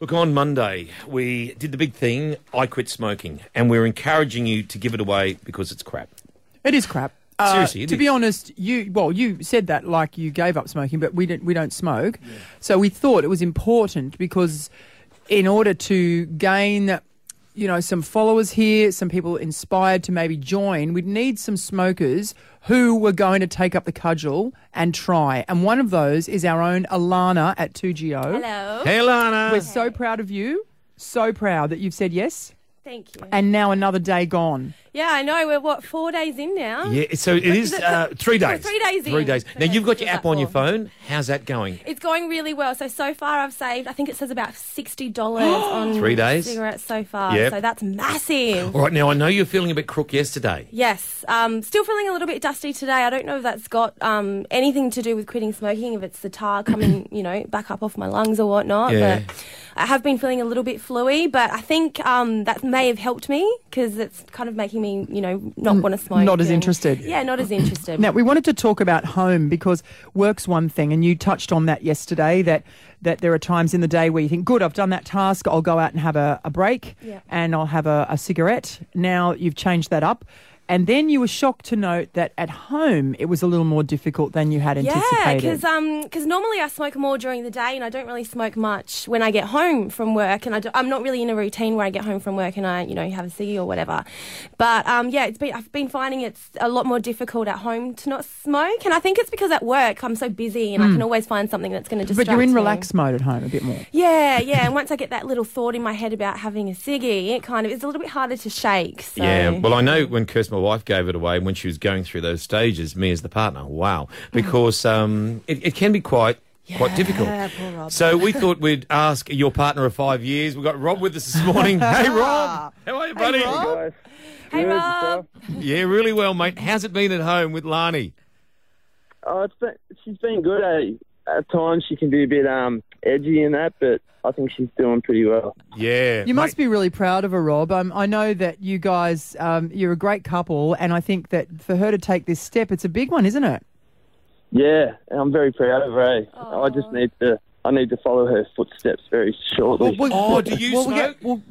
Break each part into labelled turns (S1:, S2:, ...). S1: Look, on Monday, we did the big thing I quit smoking, and we're encouraging you to give it away because it's crap.
S2: It is crap. Uh,
S1: Seriously, it
S2: to
S1: is.
S2: be honest, you well, you said that like you gave up smoking, but we don't we don't smoke, so we thought it was important because in order to gain, you know, some followers here, some people inspired to maybe join, we'd need some smokers who were going to take up the cudgel and try. And one of those is our own Alana at Two GO.
S3: Hello.
S1: Hey, Lana.
S2: We're so proud of you, so proud that you've said yes,
S3: Thank you.
S2: and now another day gone.
S3: Yeah, I know. We're what four days in now.
S1: Yeah, so it is uh, three
S3: We're
S1: days.
S3: three days
S1: Three
S3: in.
S1: days. Now,
S3: Three
S1: you've got
S3: days.
S1: your
S3: Is
S1: app
S3: that
S1: on your
S3: all?
S1: phone. How's that going?
S3: It's going really well. So so far, I've saved. I think it says about sixty dollars on
S1: Three days?
S3: cigarettes so far.
S1: Yep.
S3: So that's massive.
S1: All right, now I know you're feeling a bit crook yesterday.
S3: Yes. Um, still feeling a little bit dusty today. I don't know if that's got um, anything to do with quitting smoking. If it's the tar coming, you know, back up off my lungs or whatnot.
S1: Yeah.
S3: But I have been feeling a little bit fluey. But I think um, that may have helped me because it's kind of making me, you know, not want to smoke.
S2: not as
S3: and-
S2: interested.
S3: Yeah, not as interested.
S2: Now, we wanted to talk about home because work's one thing, and you touched on that yesterday that, that there are times in the day where you think, good, I've done that task, I'll go out and have a, a break
S3: Yeah.
S2: and I'll have a, a cigarette. Now you've changed that up. And then you were shocked to note that at home it was a little more difficult than you had
S3: Yeah,
S2: anticipated.
S3: because normally I smoke more during the day, and I don't really smoke much when I get home from work. And I am not really in a routine where I get home from work and I, you know, have a ciggy or whatever. But um, yeah, it's been I've been finding it's a lot more difficult at home to not smoke, and I think it's because at work I'm so busy and I can always find something that's going to distract.
S2: Hmm. but you're in
S3: me.
S2: relaxed mode at home a bit more.
S3: Yeah, yeah. And once I get that little thought in my head about having a ciggy, it kind of it's a little bit harder to shake. So.
S1: Yeah, well, I know when Kirst, my wife, gave it away, when she was going through those stages, me as the partner, wow,
S3: Oh.
S1: because um, it, it can be quite. Quite difficult. So we thought we'd ask your partner of five years. We've got Rob with us this morning. hey, Rob. How are you, buddy?
S4: guys.
S3: Ah. hey,
S4: Good
S3: Rob.
S4: stuff.
S1: Yeah, really well, mate. How's it been at home with Lani?
S4: Oh, it's been, she's been good. Eh? At times she can be a bit um edgy in that, but I think she's doing pretty well.
S1: Yeah.
S2: You must
S1: mate.
S2: be really proud of her, Rob. Um, I know that you guys, um, you're a great couple, and I think that for her to take this step, it's a big one, isn't it?
S4: Yeah, and I'm very proud of her. Eh? I just need to I need to follow her footsteps very shortly.
S1: Oh, do you
S2: well, we get-
S1: smoke?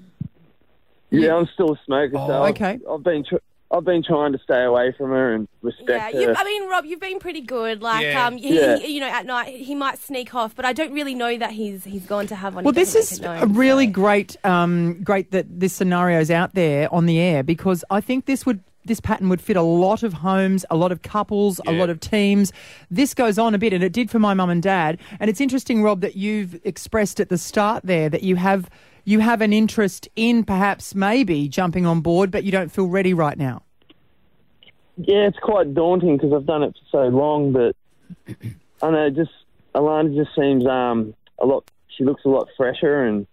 S2: well,
S4: yeah, I'm still a smoker, so
S1: Oh,
S4: I've-
S2: okay.
S4: I've been tr- I've been trying to stay away from her and
S3: Yeah,
S4: respect
S3: you,
S4: her.
S3: I mean, Rob, you've been pretty good. Like,
S1: Yeah.
S3: um, he,
S4: Yeah.
S3: you know, at night he might sneak off, but I don't really know that he's he's gone to have one.
S2: Well,
S3: He
S2: this
S3: doesn't
S2: is
S3: make it
S2: a
S3: known,
S2: really
S3: so.
S2: great, um, great that this scenario's out there on the air because I think this would this pattern would fit a lot of homes, a lot of couples, a
S1: Yeah.
S2: lot of teams. This goes on a bit, and it did for my mum and dad. And it's interesting, Rob, that you've expressed at the start there that you have you have an interest in perhaps maybe jumping on board, but you don't feel ready right now.
S4: Yeah, it's quite daunting because I've done it for so long, but I don't know just Alana just seems um a lot. She looks a lot fresher and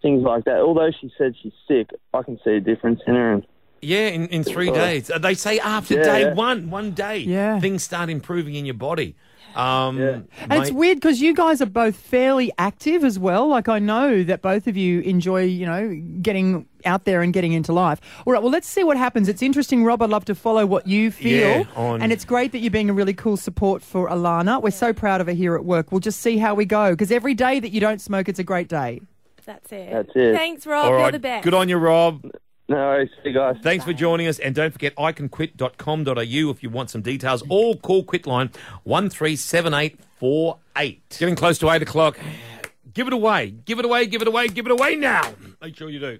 S4: things like that. Although she said she's sick, I can see a difference in her. And
S1: Yeah, in, in three days. Uh, They say after
S4: Oh. Yeah,
S1: day
S4: yeah.
S1: one, one day,
S2: Yeah.
S1: things start improving in your body. Um,
S4: Yeah.
S2: And it's
S1: mate-
S2: weird because you guys are both fairly active as well. Like I know that both of you enjoy, you know, getting out there and getting into life. All right, well, let's see what happens. It's interesting, Rob. I'd love to follow what you feel.
S1: Yeah, on-
S2: And it's great that you're being a really cool support for Alana. We're so proud of her here at work. We'll just see how we go because every day that you don't smoke, it's a great day.
S3: That's it.
S4: That's it.
S3: Thanks, Rob.
S1: All
S3: You're
S1: right.
S3: the best.
S1: Good on you, Rob.
S4: no, worries. see you guys.
S1: Thanks for joining us. And don't forget iconquit.com.au if you want some details or call Quitline 137848. Getting close to 8 o'clock. Give it away. Give it away. Give it away. Give it away now. Make sure you do.